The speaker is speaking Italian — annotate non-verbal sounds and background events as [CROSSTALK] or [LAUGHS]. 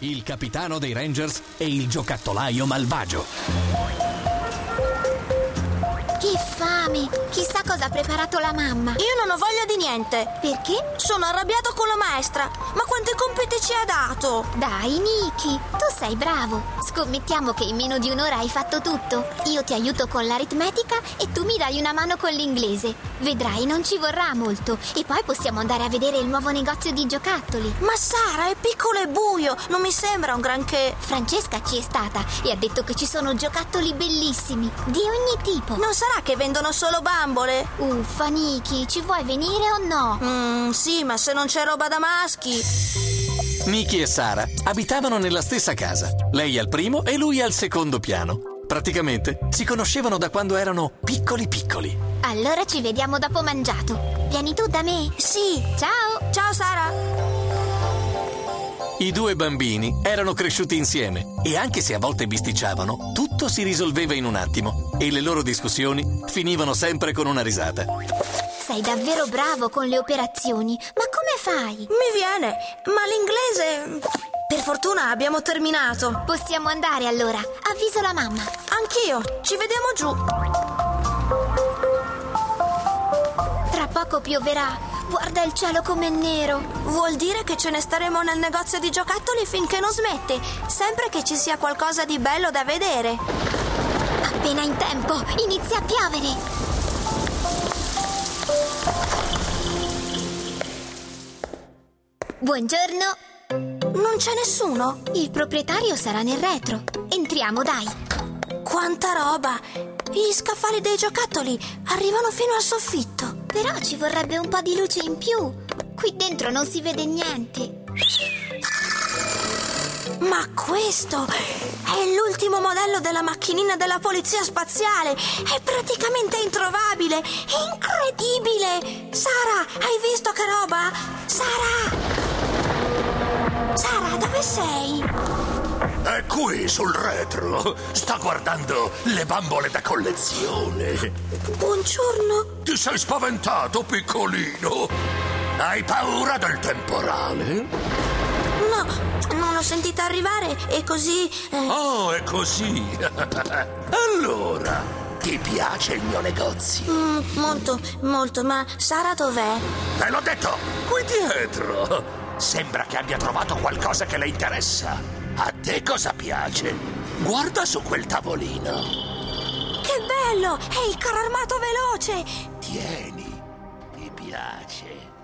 il capitano dei Rangers e il giocattolaio malvagio. Che fame! Chissà cosa ha preparato la mamma. Io non ho voglia di niente. Perché? Sono arrabbiato con la maestra. Ma quanti compiti ci ha dato? Dai, Niki, tu sei bravo. Scommettiamo che in meno di un'ora hai fatto tutto. Io ti aiuto con l'aritmetica e tu mi dai una mano con l'inglese. Vedrai, non ci vorrà molto. E poi possiamo andare a vedere il nuovo negozio di giocattoli. Ma Sara è piccolo e buio. Non mi sembra un granché. Francesca ci è stata e ha detto che ci sono giocattoli bellissimi, di ogni tipo. Non sarà che vendono solo bambole? Uffa, Niki, ci vuoi venire o no? Mmm, sì, ma se non c'è roba da maschi. Nicky e Sara abitavano nella stessa casa, lei al primo e lui al secondo piano. Praticamente si conoscevano da quando erano piccoli piccoli. Allora ci vediamo dopo mangiato. Vieni tu da me? Sì. Ciao! Ciao Sara. I due bambini erano cresciuti insieme e anche se a volte bisticciavano, tutto si risolveva in un attimo e le loro discussioni finivano sempre con una risata. Sei davvero bravo con le operazioni, ma come fai? Mi viene, ma l'inglese. Per fortuna abbiamo terminato. Possiamo andare allora. Avviso la mamma. Anch'io, ci vediamo giù. Tra poco pioverà. Guarda il cielo com'è nero. Vuol dire che ce ne staremo nel negozio di giocattoli finché non smette, sempre che ci sia qualcosa di bello da vedere. Appena in tempo, inizia a piovere. Buongiorno. Non c'è nessuno? Il proprietario sarà nel retro. Entriamo, dai. Quanta roba! Gli scaffali dei giocattoli arrivano fino al soffitto. Però ci vorrebbe un po' di luce in più. Qui dentro non si vede niente. Ma questo è l'ultimo modello della macchinina della polizia spaziale. È praticamente introvabile. È incredibile. Sara, hai visto che roba? Sara! Sara, dove sei? È Eh, qui sul retro. Sta guardando le bambole da collezione. Buongiorno. Ti sei spaventato, piccolino? Hai paura del temporale? No, non l'ho sentita arrivare e così... eh, Oh, è così. [LAUGHS] allora, ti piace il mio negozio? mm, molto, molto, ma Sara dov'è? Te l'ho detto, qui dietro. Sembra che abbia trovato qualcosa che le interessa. A te cosa piace? Guarda su quel tavolino. Che bello! È il carro armato veloce! Tieni, ti piace.